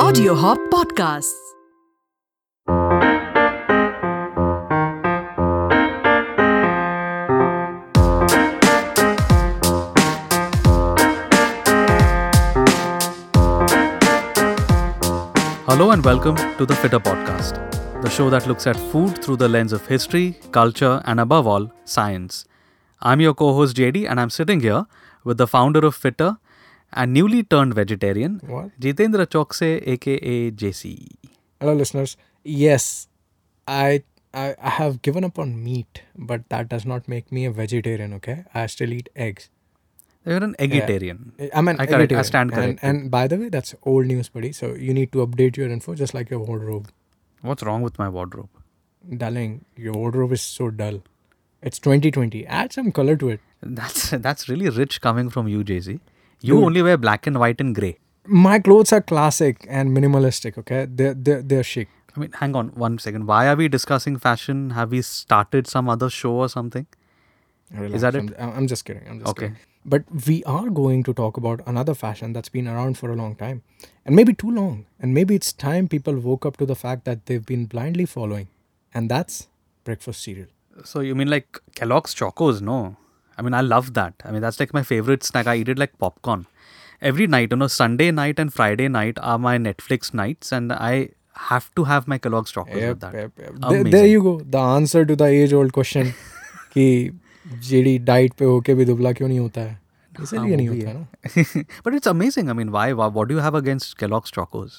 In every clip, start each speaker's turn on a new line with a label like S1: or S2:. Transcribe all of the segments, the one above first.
S1: Audio Hop Podcasts.
S2: Hello and welcome to the Fitter Podcast, the show that looks at food through the lens of history, culture, and above all, science. I'm your co host JD, and I'm sitting here with the founder of Fitter and newly turned vegetarian,
S3: What?
S2: Jitendra Chokse, aka JC.
S3: Hello, listeners. Yes, I, I I have given up on meat, but that does not make me a vegetarian. Okay, I still eat eggs.
S2: You're an eggetarian.
S3: I'm an
S2: I correct- I
S3: eggetarian.
S2: stand
S3: And,
S2: corrected.
S3: and by the way, that's old news, buddy. So you need to update your info, just like your wardrobe.
S2: What's wrong with my wardrobe?
S3: Darling, your wardrobe is so dull. It's 2020. Add some color to it.
S2: That's that's really rich coming from you, JC. You only wear black and white and grey.
S3: My clothes are classic and minimalistic. Okay, they're they're, they're chic.
S2: I mean, hang on one second. Why are we discussing fashion? Have we started some other show or something?
S3: Relax,
S2: that
S3: I'm, I'm I'm just kidding. I'm just
S2: Okay.
S3: kidding. But we are going to talk about another fashion that's been around for a long time, and maybe too long. And maybe it's time people woke up to the fact that they've been blindly following, and that's breakfast cereal.
S2: So you mean like Kellogg's Chocos? No, I mean I love that. I mean that's like my favorite snack. I eat it like popcorn. Every night, you know, Sunday night and Friday night are my Netflix nights, and I have to have my Kellogg's Chocos with that.
S3: Yep, yep. There,
S2: Amazing.
S3: there you go. The answer to the age old question कि जेडी diet पे होके भी दुबला क्यों नहीं होता है इसलिए नहीं होता है ना
S2: but it's amazing. I mean, why, why? What do you have against Kellogg's Chocos?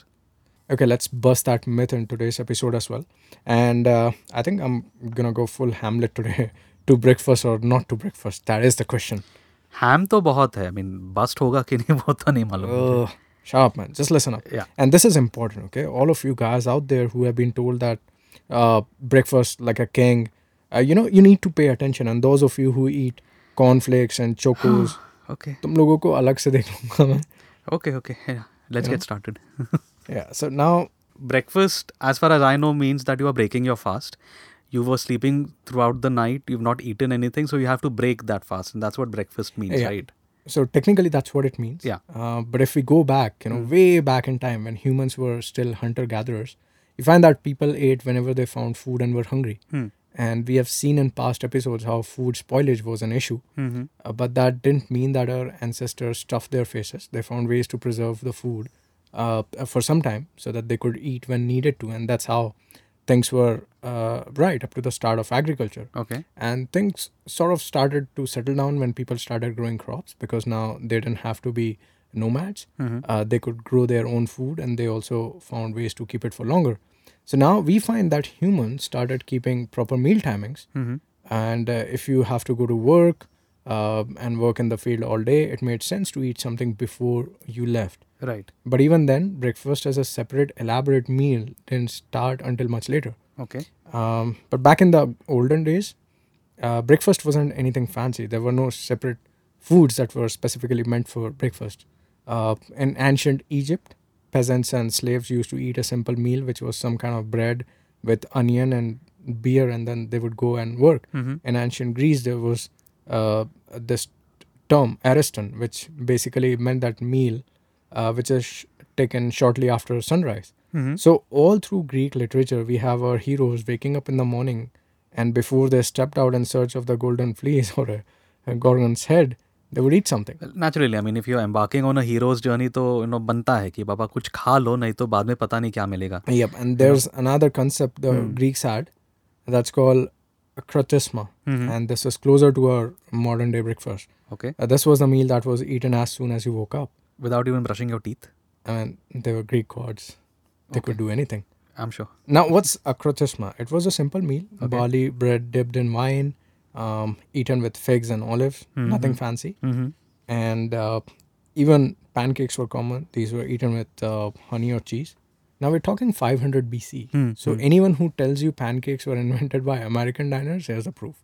S3: Okay, let's bust that myth in today's episode as well. And uh, I think I'm gonna go full Hamlet today. to breakfast or not to breakfast? That is the question.
S2: Ham तो बहुत है. I mean, bust होगा कि नहीं वो तो नहीं मालूम.
S3: Ugh, shut up, man. Just listen up.
S2: Oh, Yeah.
S3: And this is important, okay? All of you guys out there who have been told that uh, breakfast like a king, uh, you know, you need to pay attention. And those of you who eat cornflakes and chocos,
S2: Okay,
S3: तुम लोगों को अलग से देख लूंगा मैं.
S2: okay, okay. Yeah. Let's get started.
S3: Yeah. So now
S2: breakfast as far as i know means that you are breaking your fast you were sleeping throughout the night you've not eaten anything so you have to break that fast and that's what breakfast means
S3: Yeah.
S2: right
S3: so technically that's what it means
S2: Yeah.
S3: uh, but if we go back you know way back in time when humans were still hunter gatherers you find that people ate whenever they found food and were hungry and we have seen in past episodes how food spoilage was an issue Uh, but that didn't mean that our ancestors stuffed their faces they found ways to preserve the food uh, for some time so that they could eat when needed to and that's how things were uh, right up to the start of agriculture
S2: okay
S3: and things sort of started to settle down when people started growing crops because now they didn't have to be nomads uh, they could grow their own food and they also found ways to keep it for longer so now we find that humans started keeping proper meal timings and uh, if you have to go to work uh, and work in the field all day it made sense to eat something before you left
S2: right
S3: but even then breakfast as a separate elaborate meal didn't start until much later
S2: okay
S3: um, but back in the olden days, uh, breakfast wasn't anything fancy. There were no separate foods that were specifically meant for breakfast. Uh, in ancient Egypt, peasants and slaves used to eat a simple meal, which was some kind of bread with onion and beer, and then they would go and work. In ancient Greece, there was uh, this term, ariston, which basically meant that meal, uh, which is sh- taken shortly after sunrise. So, all through Greek literature, we have our heroes waking up in the morning and before they stepped out in search of the golden fleece or a, a gorgon's head, they would eat something.
S2: well, naturally i mean if you're embarking on a hero's journey तो you know बनता है कि बाबा कुछ खा लो नहीं तो बाद में पता नहीं क्या मिलेगा
S3: Yep, and there's another concept the Greeks had that's called kratisma, and this is closer to our modern day breakfast.
S2: okay
S3: Uh, this was the meal that was eaten as soon as you woke up.
S2: without even brushing your teeth
S3: I mean, they were Greek gods, they could do anything.
S2: i'm sure
S3: Now, what's akrotisma? It was a simple meal barley bread dipped in wine, um, eaten with figs and olives, nothing fancy. And uh, even pancakes were common. These were eaten with uh, honey or cheese. Now, we're talking 500 BC. So, anyone who tells you pancakes were invented by American diners, here's the proof.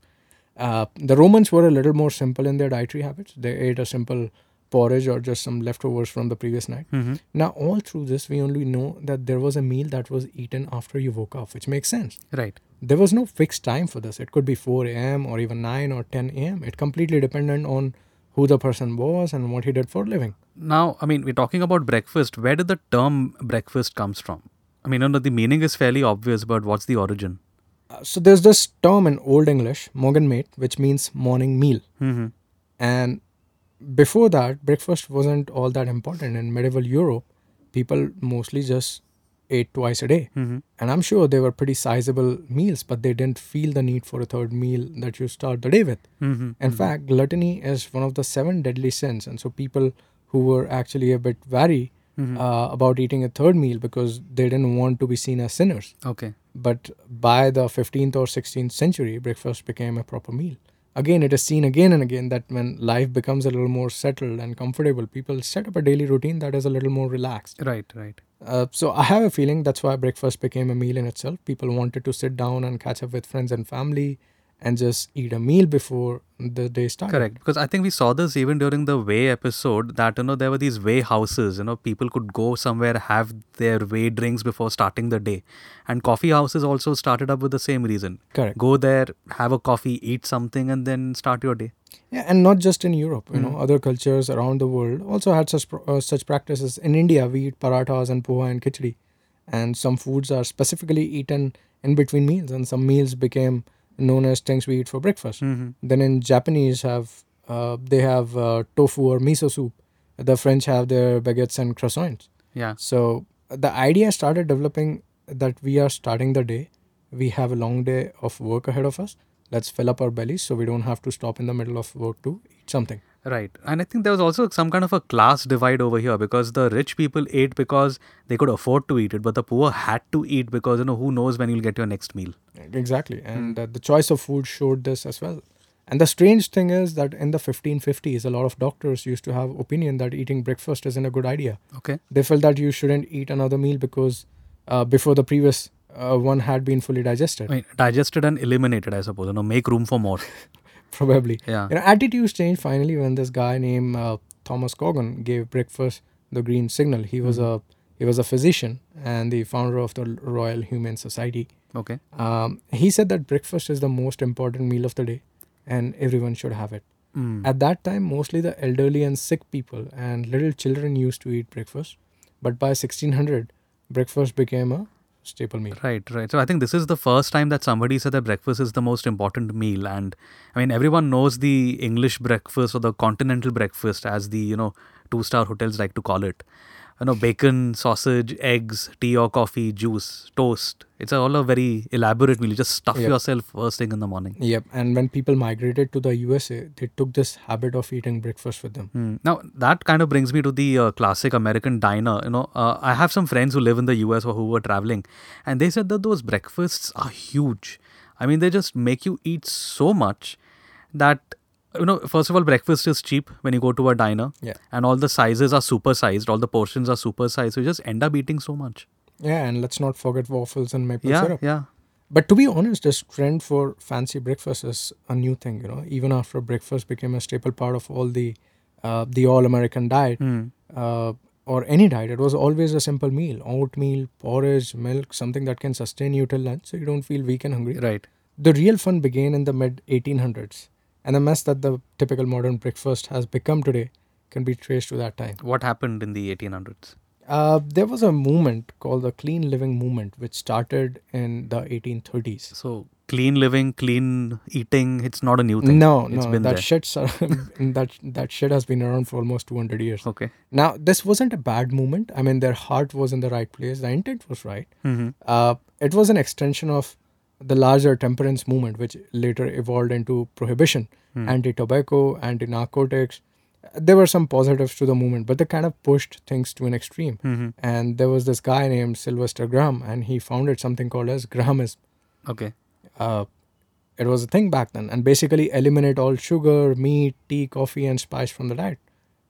S3: Uh, the Romans were a little more simple in their dietary habits. They ate a simple porridge or just some leftovers from the previous night. Now, all through this, we only know that there was a meal that was eaten after you woke up, which makes sense.
S2: right
S3: There was no fixed time for this. It could be 4 a.m. or even 9 or 10 a.m. It completely depended on who the person was and what he did for a living.
S2: Now, I mean, we're talking about breakfast. Where did the term breakfast comes from? I mean, you know, the meaning is fairly obvious, but what's the origin?
S3: Uh, so there's this term in Old English, morgenmate, which means morning meal.
S2: Mm-hmm.
S3: And before that, breakfast wasn't all that important. In medieval Europe, people mostly just ate twice a day.
S2: Mm-hmm.
S3: And I'm sure they were pretty sizable meals, but they didn't feel the need for a third meal that you start the day with.
S2: Mm-hmm.
S3: In fact, gluttony is one of the seven deadly sins. And so people who were actually a bit wary
S2: Mm-hmm.
S3: uh, about eating a third meal because they didn't want to be seen as sinners.
S2: Okay.
S3: But by the 15th or 16th century, breakfast became a proper meal. Again, it is seen again and again that when life becomes a little more settled and comfortable, people set up a daily routine that is a little more relaxed.
S2: Right, right.
S3: Uh, so I have a feeling that's why breakfast became a meal in itself. People wanted to sit down and catch up with friends and family and just eat a meal before the day started.
S2: Correct. Because I think we saw this even during the way episode that, you know, there were these way houses, you know, people could go somewhere, have their way drinks before starting the day. And coffee houses also started up with the same reason.
S3: Correct.
S2: Go there, have a coffee, eat something, and then start your day.
S3: Yeah, and not just in Europe. You know, other cultures around the world also had such pro- uh, such practices. In India, we eat parathas and poha and khichdi, and some foods are specifically eaten in between meals, and some meals became known as things we eat for breakfast. Then in Japanese have uh, they have uh, tofu or miso soup. The French have their baguettes and croissants.
S2: Yeah.
S3: So the idea started developing that we are starting the day. We have a long day of work ahead of us. Let's fill up our bellies so we don't have to stop in the middle of work to eat something.
S2: Right. And I think there was also some kind of a class divide over here because the rich people ate because they could afford to eat it, but the poor had to eat because, you know, who knows when you'll get your next meal.
S3: Exactly. And uh, the choice of food showed this as well. And the strange thing is that in the 1550s, a lot of doctors used to have opinion that eating breakfast isn't a good idea.
S2: Okay.
S3: They felt that you shouldn't eat another meal because uh, before the previous uh, one had been fully digested.
S2: I mean, digested and eliminated, I suppose, you know, make room for more.
S3: probably.
S2: Yeah.
S3: You know, attitudes changed finally when this guy named uh, Thomas Cogan gave breakfast the green signal. He
S2: Hmm.
S3: was a he was a physician and the founder of the Royal Humane Society.
S2: Okay.
S3: Um, he said that breakfast is the most important meal of the day, and everyone should have it.
S2: Mm.
S3: At that time, mostly the elderly and sick people and little children used to eat breakfast, but by 1600, breakfast became a staple meal.
S2: Right, right. So I think this is the first time that somebody said that breakfast is the most important meal. And I mean, everyone knows the English breakfast or the continental breakfast, as the, you know, two star hotels like to call it. You know, bacon, sausage, eggs, tea or coffee, juice, toast. It's all a very elaborate meal. You just stuff
S3: Yeah.
S2: yourself first thing in the morning.
S3: Yep, and when people migrated to the USA, they took this habit of eating breakfast with them.
S2: Hmm. Now that kind of brings me to the uh, classic American diner. You know, uh, I have some friends who live in the U.S. or who were traveling, and they said that those breakfasts are huge. I mean, they just make you eat so much that you know. First of all, breakfast is cheap when you go to a diner,
S3: Yeah.
S2: and all the sizes are supersized. All the portions are supersized, so you just end up eating so much.
S3: Yeah, and let's not forget waffles and maple
S2: yeah,
S3: syrup.
S2: yeah.
S3: But to be honest, this trend for fancy breakfast is a new thing. You know, even after breakfast became a staple part of all the uh, the all American diet
S2: Hmm.
S3: uh, or any diet, it was always a simple meal: oatmeal, porridge, milk, something that can sustain you till lunch, so you don't feel weak and hungry.
S2: Right.
S3: The real fun began in the mid 1800s, and the mess that the typical modern breakfast has become today can be traced to that time.
S2: What happened in the 1800s?
S3: Uh, there was a movement called the clean living movement, which started in the 1830s.
S2: So clean living, clean eating. It's not a new thing.
S3: No,
S2: It's
S3: no,
S2: been
S3: that
S2: there.
S3: shit's uh, that that shit has been around for almost 200 years.
S2: okay.
S3: Now, this wasn't a bad movement. I mean, their heart was in the right place. The intent was right.
S2: hmm
S3: Uh, it was an extension of the larger temperance movement, which later evolved into prohibition,
S2: Hmm.
S3: anti-tobacco, anti-narcotics. There were some positives to the movement, but they kind of pushed things to an
S2: Hmm.
S3: extreme.
S2: mm-hmm.
S3: And there was this guy named Sylvester Graham, and he founded something called as Grahamism
S2: Okay.
S3: uh, it was a thing back then and basically eliminate all sugar meat tea coffee and spice from the diet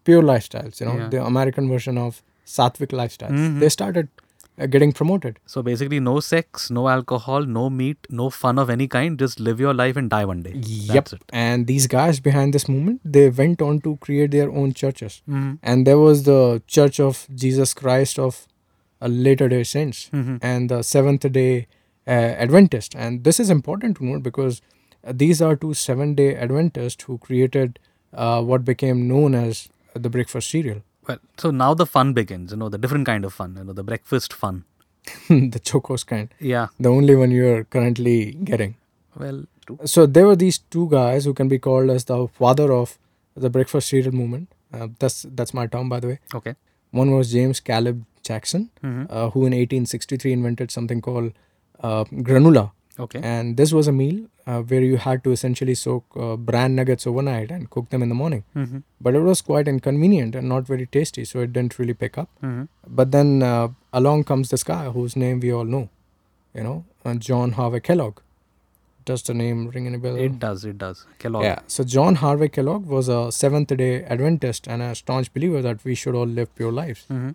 S3: pure lifestyles you know
S2: Yeah.
S3: the american version of sattvic lifestyles they started uh, getting promoted
S2: So basically, no sex, no alcohol, no meat, no fun of any kind. Just live your life and die one day. That's it.
S3: and these guys behind this movement they went on to create their own churches
S2: Mhm.
S3: and there was the church of jesus christ of uh, later day saints
S2: Mm-hmm.
S3: and the seventh day uh, adventist and this is important to note because uh, these are two seven day adventists who created uh, what became known as the breakfast cereal,
S2: Well, so now the fun begins, you know, the different kind of fun, you know, the breakfast fun.
S3: the Chocos kind,
S2: Yeah.
S3: the only one you are currently getting.
S2: Well, true.
S3: So there were these two guys who can be called as the father of the breakfast cereal movement. Uh, that's that's my term, by the way.
S2: Okay.
S3: One was James Caleb Jackson,
S2: Mm-hmm.
S3: uh, who in 1863 invented something called uh, granula,
S2: Okay.
S3: and this was a meal uh, where you had to essentially soak uh, bran nuggets overnight and cook them in the morning.
S2: Mm-hmm.
S3: But it was quite inconvenient and not very tasty, so it didn't really pick up.
S2: Mm-hmm.
S3: But then uh, along comes this guy whose name we all know, you know, uh, John Harvey Kellogg. Does the name ring any bell?
S2: It does. It does. Kellogg.
S3: Yeah. So John Harvey Kellogg was a Seventh Day Adventist and a staunch believer that we should all live pure lives.
S2: Mm-hmm.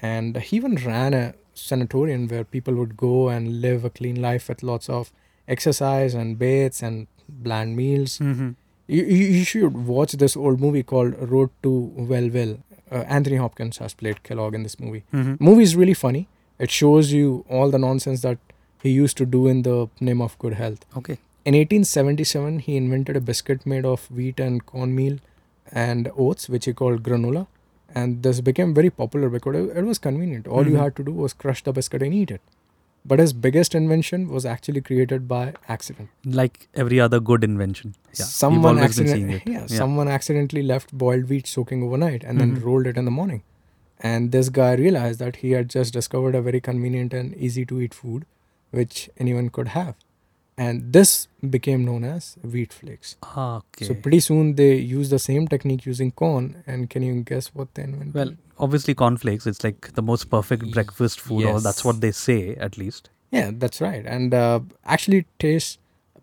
S3: And he even ran a sanatorium where people would go and live a clean life with lots of exercise and baths and bland meals.
S2: Mm-hmm.
S3: You, you you should watch this old movie called Road to Wellville. Uh, Anthony Hopkins has played Kellogg in this movie.
S2: Mm-hmm.
S3: Movie is really funny. It shows you all the nonsense that he used to do in the name of good health.
S2: Okay.
S3: In 1877, he invented a biscuit made of wheat and cornmeal and oats, which he called granola. And this became very popular because it- it was convenient. All you
S2: Mhm.
S3: had to do was crush the biscuit and eat it. But his biggest invention was actually created by accident.
S2: Like every other good invention. Yeah. We've
S3: Someone
S2: always been
S3: accident-
S2: seeing it.
S3: yeah, someone accidentally left boiled wheat soaking overnight and then
S2: Mhm.
S3: rolled it in the morning. And this guy realized that he had just discovered a very convenient and easy to eat food which anyone could have. And this became known as wheat flakes.
S2: Ah, okay.
S3: So pretty soon they use the same technique using corn, and can you guess what they invented?
S2: well, obviously cornflakes. It's like the most perfect breakfast food, or that's
S3: Yes.
S2: what they say, at least.
S3: yeah, that's right. And uh, actually, it tastes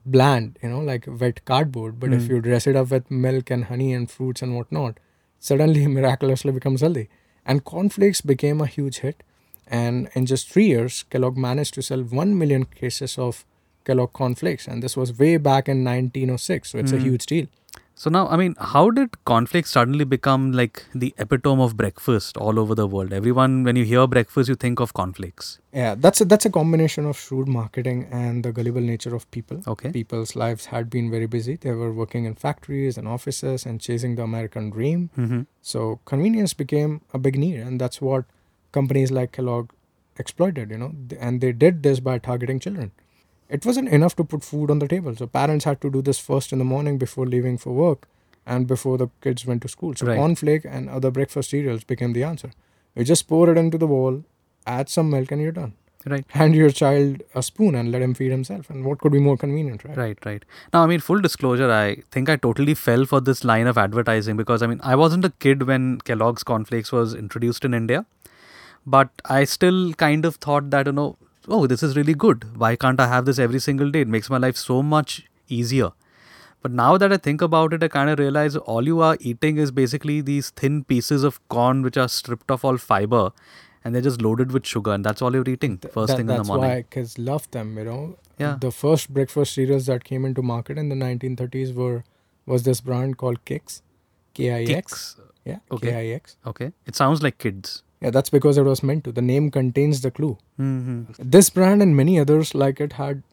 S3: bland, you know, like wet cardboard. But if
S2: Mm.
S3: you dress it up with milk and honey and fruits and whatnot, suddenly miraculously becomes healthy. And cornflakes became a huge hit, and in just three years, Kellogg managed to sell one million cases of Kellogg cornflakes, and this was way back in 1906. So it's a
S2: Mm.
S3: huge deal.
S2: So now, I mean, how did cornflakes suddenly become like the epitome of breakfast all over the world? Everyone, when you hear breakfast, you think of cornflakes.
S3: Yeah, that's a, that's a combination of shrewd marketing and the gullible nature of people.
S2: Okay.
S3: People's lives had been very busy. They were working in factories and offices and chasing the American dream.
S2: Mm-hmm.
S3: So convenience became a big need, and that's what companies like Kellogg exploited. You know, Th- and they did this by targeting children. It wasn't enough to put food on the table, so parents had to do this first in the morning before leaving for work and before the kids went to school. So
S2: Right.
S3: cornflake and other breakfast cereals became the answer. You just pour it into the bowl, add some milk, and you're done
S2: Right.
S3: hand your child a spoon and let him feed himself. And what could be more convenient, right?
S2: Right, right. Now, I mean, full disclosure, I think I totally fell for this line of advertising because I mean, I wasn't a kid when Kellogg's Cornflakes was introduced in India, but I still kind of thought that, you know, oh, this is really good. Why can't I have this every single day? It makes my life so much easier. But now that I think about it, I kind of realize all you are eating is basically these thin pieces of corn which are stripped of all fiber and they're just loaded with sugar, and that's all you're eating first
S3: That-
S2: thing in the
S3: that's
S2: morning.
S3: why kids love them, you know.
S2: Yeah.
S3: The first breakfast cereals that came into market in the 1930s were was this brand called Kix, K I X.
S2: Kicks.
S3: Yeah,
S2: Okay.
S3: K I X.
S2: Okay. It sounds like kids.
S3: Yeah, that's because it was meant to. The name contains the clue.
S2: hmm
S3: This brand and many others like it had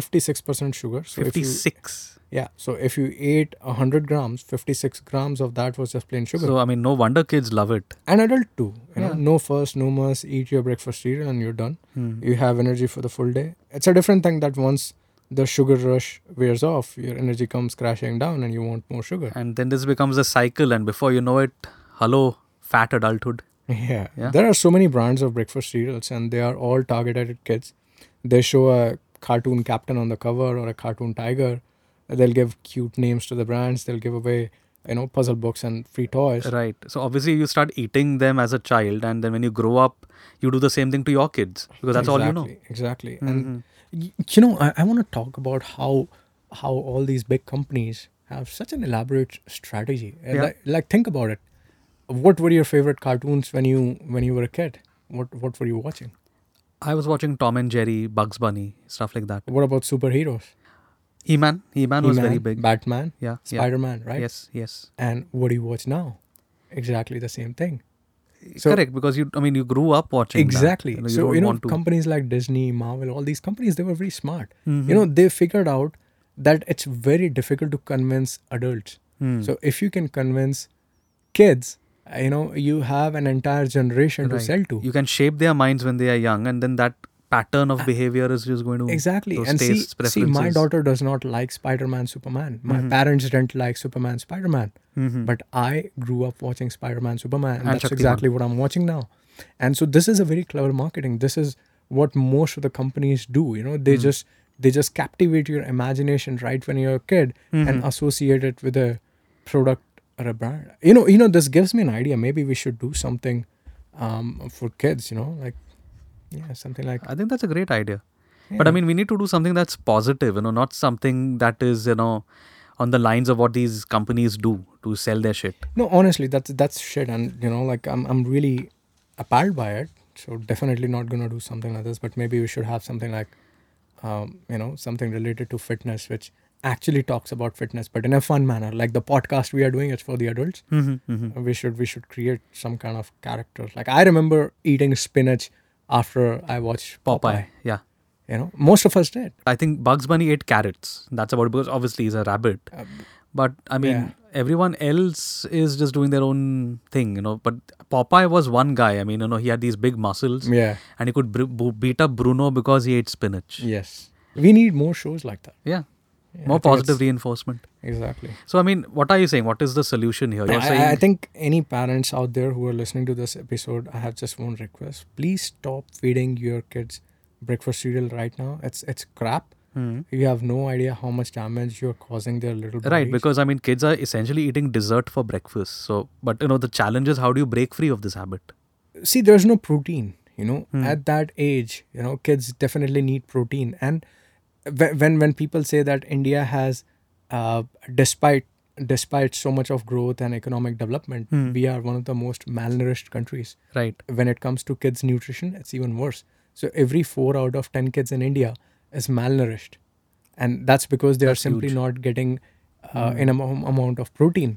S3: 56% sugar. So if you,
S2: 56
S3: yeah, so if you ate 100 grams, 56 grams of that was just plain sugar.
S2: so i mean no wonder kids love it
S3: an adult too. You know,
S2: Yeah.
S3: no first, no must. Eat your breakfast cereal and you're done.
S2: Hmm.
S3: You have energy for the full day. It's a different thing that once the sugar rush wears off, your energy comes crashing down and you want more sugar.
S2: and then this becomes a cycle and before you know it hello fat adulthood
S3: Yeah.
S2: Yeah.
S3: There are so many brands of breakfast cereals and they are all targeted at kids. They show a cartoon captain on the cover or a cartoon tiger. They'll give cute names to the brands. They'll give away, you know, puzzle books and free toys.
S2: right so obviously you start eating them as a child and then when you grow up you do the same thing to your kids because that's all you know Mm-hmm.
S3: Exactly, Exactly. And y- you know, I, I want to talk about how how all these big companies have such an elaborate strategy. Uh,
S2: Yeah.
S3: Like, like think about it. What were your favorite cartoons when you when you were a kid? What what were you watching?
S2: i was watching tom and jerry bugs bunny stuff like that
S3: What about superheroes?
S2: he-man he-man was very
S3: He-Man,
S2: big
S3: Batman,
S2: yeah yeah
S3: Spider-Man, right?
S2: yes yes
S3: And what do you watch now? Exactly the same thing. So-
S2: correct because you i mean you grew up watching that.
S3: exactly
S2: You know, you
S3: so
S2: don't
S3: you know
S2: want to
S3: companies like disney marvel all these companies they were
S2: Mm-hmm.
S3: very smart you know they figured out that it's very difficult to convince adults
S2: Hmm.
S3: So if you can convince kids, uh, you know, you have an entire generation to
S2: Right.
S3: sell to.
S2: You can shape their minds when they are young, and then that pattern of behavior is just going to
S3: Ah. exactly.
S2: those
S3: And see,
S2: tastes,
S3: see, my
S2: preferences. Mm-hmm.
S3: daughter does not like Spider-Man, Superman. My parents didn't like Superman, Spider-Man. But I grew up watching Spider-Man, Superman. And
S2: And
S3: that's
S2: Shaktiman.
S3: exactly what I'm watching now. And so this is a very clever marketing. This is what most of the companies do. You know, they
S2: Mm.
S3: just they just captivate your imagination right when you're a kid
S2: Mm-hmm.
S3: and associate it with a product or a brand. You know, you know, this gives me an idea. Maybe we should do something um, for kids. You know, like yeah, something like
S2: I think that's a great idea. But I
S3: Yeah.
S2: mean, we need to do something that's positive, you know, not something that is, you know, on the lines of what these companies do to sell their shit.
S3: No, honestly, that's that's shit, and you know, like I'm I'm really appalled by it. So definitely not gonna do something like this. But maybe we should have something like, um, you know, something related to fitness, which actually talks about fitness, but in a fun manner. Like the podcast we are doing, it's for the adults. We should we should create some kind of character. Like I remember eating spinach after I watched Popeye.
S2: Popeye. Yeah.
S3: You know, most of us did.
S2: I think Bugs Bunny ate carrots. That's about it because obviously he's a rabbit. But I mean,
S3: Uh, Yeah.
S2: everyone else is just doing their own thing, you know. But Popeye was one guy. I mean, you know, he had these big muscles
S3: Yeah.
S2: and he could br- bo- beat up Bruno because he ate spinach. Yeah.
S3: Yes. We need more shows like that.
S2: More
S3: I think it's-
S2: positive reinforcement.
S3: Exactly.
S2: So, I mean, what are you saying? What is the solution here? You're
S3: I-
S2: saying.
S3: I, I think any parents out there who are listening to this episode, I have just one request. Please stop feeding your kids breakfast cereal right now. It's it's crap.
S2: Hmm.
S3: You have no idea how much damage you're causing their little bodies.
S2: Right, because I mean, kids are essentially eating dessert for breakfast. So, but you know, the challenge is how do you break free of this habit?
S3: see there's no protein you know
S2: Hmm.
S3: at that age you know kids definitely need protein and wh- when when people say that india has uh, despite despite so much of growth and economic development
S2: Hmm.
S3: we are one of the most malnourished countries
S2: Right.
S3: when it comes to kids nutrition it's even worse so every 4 out of 10 kids in india is malnourished and that's because they are simply not getting uh, an amou- amount of protein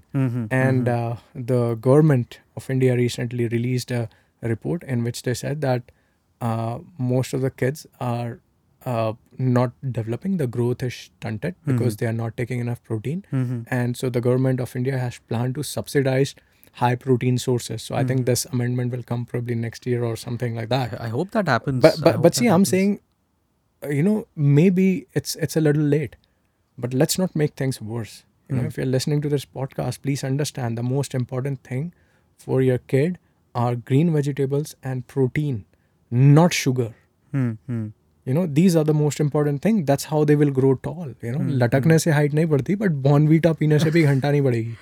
S3: and uh, the government of india recently released a report in which they said that uh, most of the kids are uh, not developing the growth is stunted because they are not taking enough protein and so the government of india has planned to subsidize high protein sources so i think this amendment will come probably next year or something like that
S2: I hope that happens.
S3: but
S2: I
S3: but,
S2: hope
S3: but
S2: that
S3: see i'm
S2: happens.
S3: saying uh, you know maybe it's it's a little late but let's not make things worse
S2: Hmm.
S3: you know if you're listening to this podcast please understand the most important thing for your kid are green vegetables and protein not sugar
S2: Hmm,
S3: you know these are the most important thing that's how they will grow tall
S2: Hmm,
S3: you know लटकने से height नहीं बढ़ती but bonvita पीने से भी घंटा नहीं बढ़ेगी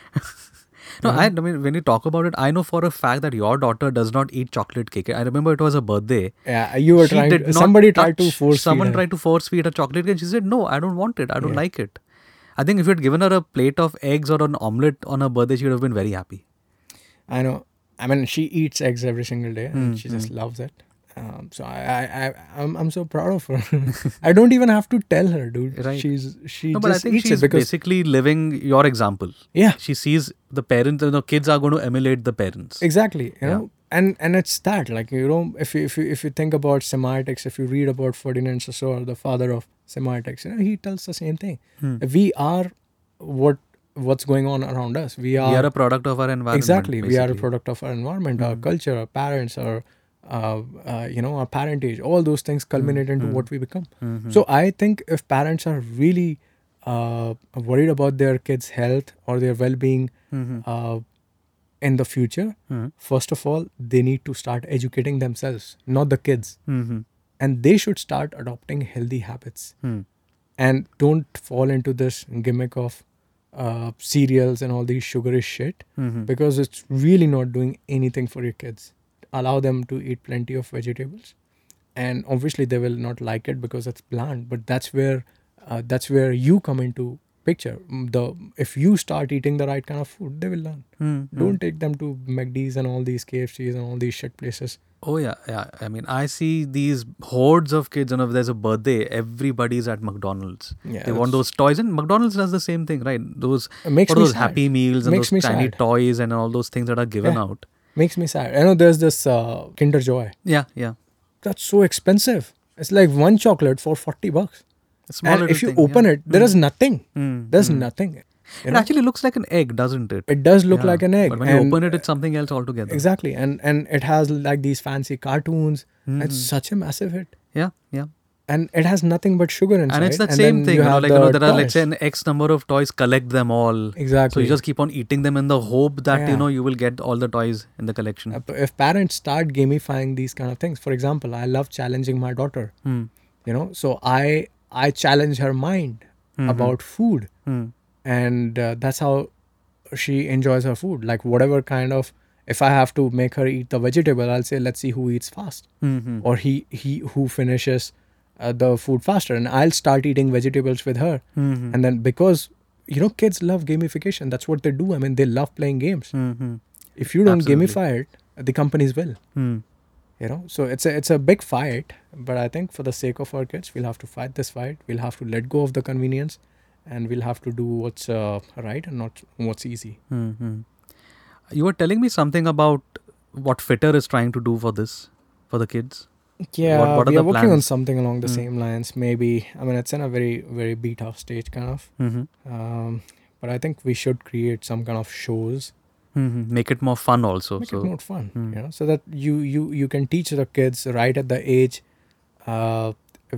S2: No, I, I
S3: Mhm.
S2: mean, when you talk about it, I know for a fact that your daughter does not eat chocolate cake. I remember it was a birthday.
S3: yeah you were
S2: She
S3: trying
S2: did
S3: to,
S2: not
S3: somebody tried to
S2: touch-
S3: force feed
S2: Someone
S3: her.
S2: tried to force feed her chocolate cake. She said, "No, I don't want it. I don't like it." I think if you had given her a plate of eggs or an omelette on her birthday, she would have been very happy.
S3: I know. I mean, she eats eggs every single day,
S2: Hmm,
S3: and she just loves it. Um, so I, I, I I'm, I'm so proud of her. I don't even have to tell her, dude.
S2: Right.
S3: She's she
S2: No, but I
S3: just
S2: think
S3: eats it
S2: she's
S3: because
S2: basically living your example.
S3: yeah,
S2: she sees the parents and the kids are going to emulate the parents
S3: exactly. You know, and and it's that like you know, if you if you if you think about semiotics, if you read about Ferdinand Saussure, the father of semiotics, you know, he tells the same thing.
S2: Hmm.
S3: We are what what's going on around us. We are
S2: we are a product of our environment
S3: exactly we are a
S2: basically. Hmm.
S3: product of our environment our culture our parents our uh, uh, you know our parentage all those
S2: Hmm.
S3: things culminate into what we become so i think if parents are really uh, worried about their kids health or their well-being
S2: Hmm.
S3: uh, in the future first of all they need to start educating themselves not the kids
S2: Hmm.
S3: and they should start adopting healthy habits
S2: Hmm.
S3: and don't fall into this gimmick of uh, cereals and all these sugary shit because it's really not doing anything for your kids. Allow them to eat plenty of vegetables, and obviously they will not like it because it's bland. But that's where uh, that's where you come into picture. Mm, The if you start eating the right kind of food, they will learn. Don't take them to McD's and all these KFCs and all these shit places.
S2: oh yeah yeah i mean i see these hordes of kids and if there's a birthday everybody's at mcdonald's
S3: Yeah,
S2: they want
S3: that's-
S2: those toys and mcdonald's does the same thing right those
S3: It makes
S2: what are
S3: me
S2: those
S3: sad.
S2: happy meals and
S3: Makes
S2: those
S3: me
S2: tiny
S3: sad.
S2: toys and all those things that are given
S3: Yeah.
S2: out
S3: Makes me sad. I know there's this uh, Kinder Joy.
S2: yeah yeah
S3: That's so expensive. It's like one chocolate for forty bucks.
S2: Small
S3: and
S2: little
S3: if you
S2: thing, yeah. Hmm.
S3: open it there is nothing there's nothing You
S2: It
S3: know?
S2: actually looks like an egg, doesn't it?
S3: It does look
S2: Yeah.
S3: like an egg.
S2: But when you
S3: and-
S2: open it, it's something else altogether.
S3: exactly, and and it has like these fancy cartoons.
S2: Hmm.
S3: It's such a massive hit,
S2: Yeah, yeah.
S3: and it has nothing but sugar inside.
S2: And it's that
S3: then
S2: same thing. You know,
S3: have
S2: like, you know,
S3: the
S2: there are, let's say,
S3: toys.
S2: an X number of toys, collect them all. So
S3: exactly.
S2: you just keep on eating them in the hope that, you
S3: Yeah.
S2: know, you will get all the toys in the collection.
S3: Uh, if parents start gamifying these kind of things, for example, I love challenging my daughter.
S2: Hmm.
S3: You know, so I I challenge her mind about food.
S2: Hmm.
S3: and uh, that's how she enjoys her food like whatever kind of if i have to make her eat the vegetable i'll say let's see who eats fast
S2: Mm-hmm.
S3: or he he who finishes uh, the food faster and i'll start eating vegetables with her
S2: Mm-hmm.
S3: and then because you know kids love gamification that's what they do i mean they love playing games
S2: Mm-hmm.
S3: if you don't
S2: Absolutely.
S3: gamify it the companies will
S2: Hmm.
S3: you know so it's a it's a big fight but i think for the sake of our kids we'll have to fight this fight we'll have to let go of the convenience and we'll have to do what's uh, right and not what's easy
S2: Mm-hmm. You were telling me something about what Fitter is trying to do for this, for the kids.
S3: yeah
S2: What- what are
S3: we are
S2: the
S3: working on
S2: plans?
S3: something along the
S2: Mm.
S3: same lines maybe i mean it's in a very very beta stage kind of
S2: Mm-hmm.
S3: um, but i think we should create some kind of shows
S2: Mm-hmm. Make it more fun also.
S3: make
S2: so
S3: it more fun
S2: Mm.
S3: you know so that you you you can teach the kids right at the age uh,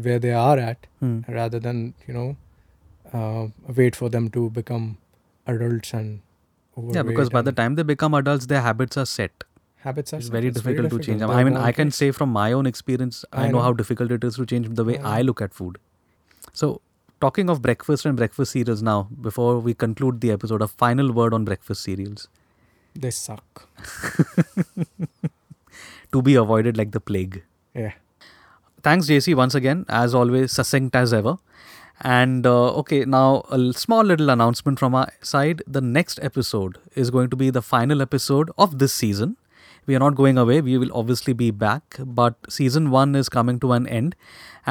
S3: where they are at
S2: Hmm.
S3: rather than you know uh, wait for them to become adults and overweight
S2: yeah, because by the
S3: and
S2: time they become adults, their habits are set.
S3: habits are
S2: It's
S3: set,
S2: very
S3: it's
S2: difficult to change.
S3: difficult.
S2: I
S3: They're
S2: mean,
S3: born
S2: I can
S3: kids.
S2: say from my own experience, I,
S3: I
S2: know
S3: know.
S2: how difficult it is to change the way
S3: I know.
S2: I look at food. So, talking of breakfast and breakfast cereals now, before we conclude the episode, a final word on breakfast cereals
S3: they suck.
S2: to be avoided like the plague.
S3: Yeah,
S2: Thanks, JC, once again, as always, succinct as ever. And uh, okay, now a l- small little announcement from our side. The next episode is going to be the final episode of this season. We are not going away, we will obviously be back, but season one is coming to an end.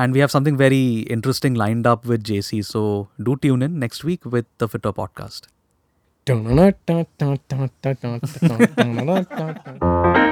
S2: And we have something very interesting lined up with JC. So do tune in next week with the Fitter podcast.
S3: Dun-dun-dun-dun-dun-dun-dun-dun-dun-dun-dun-dun.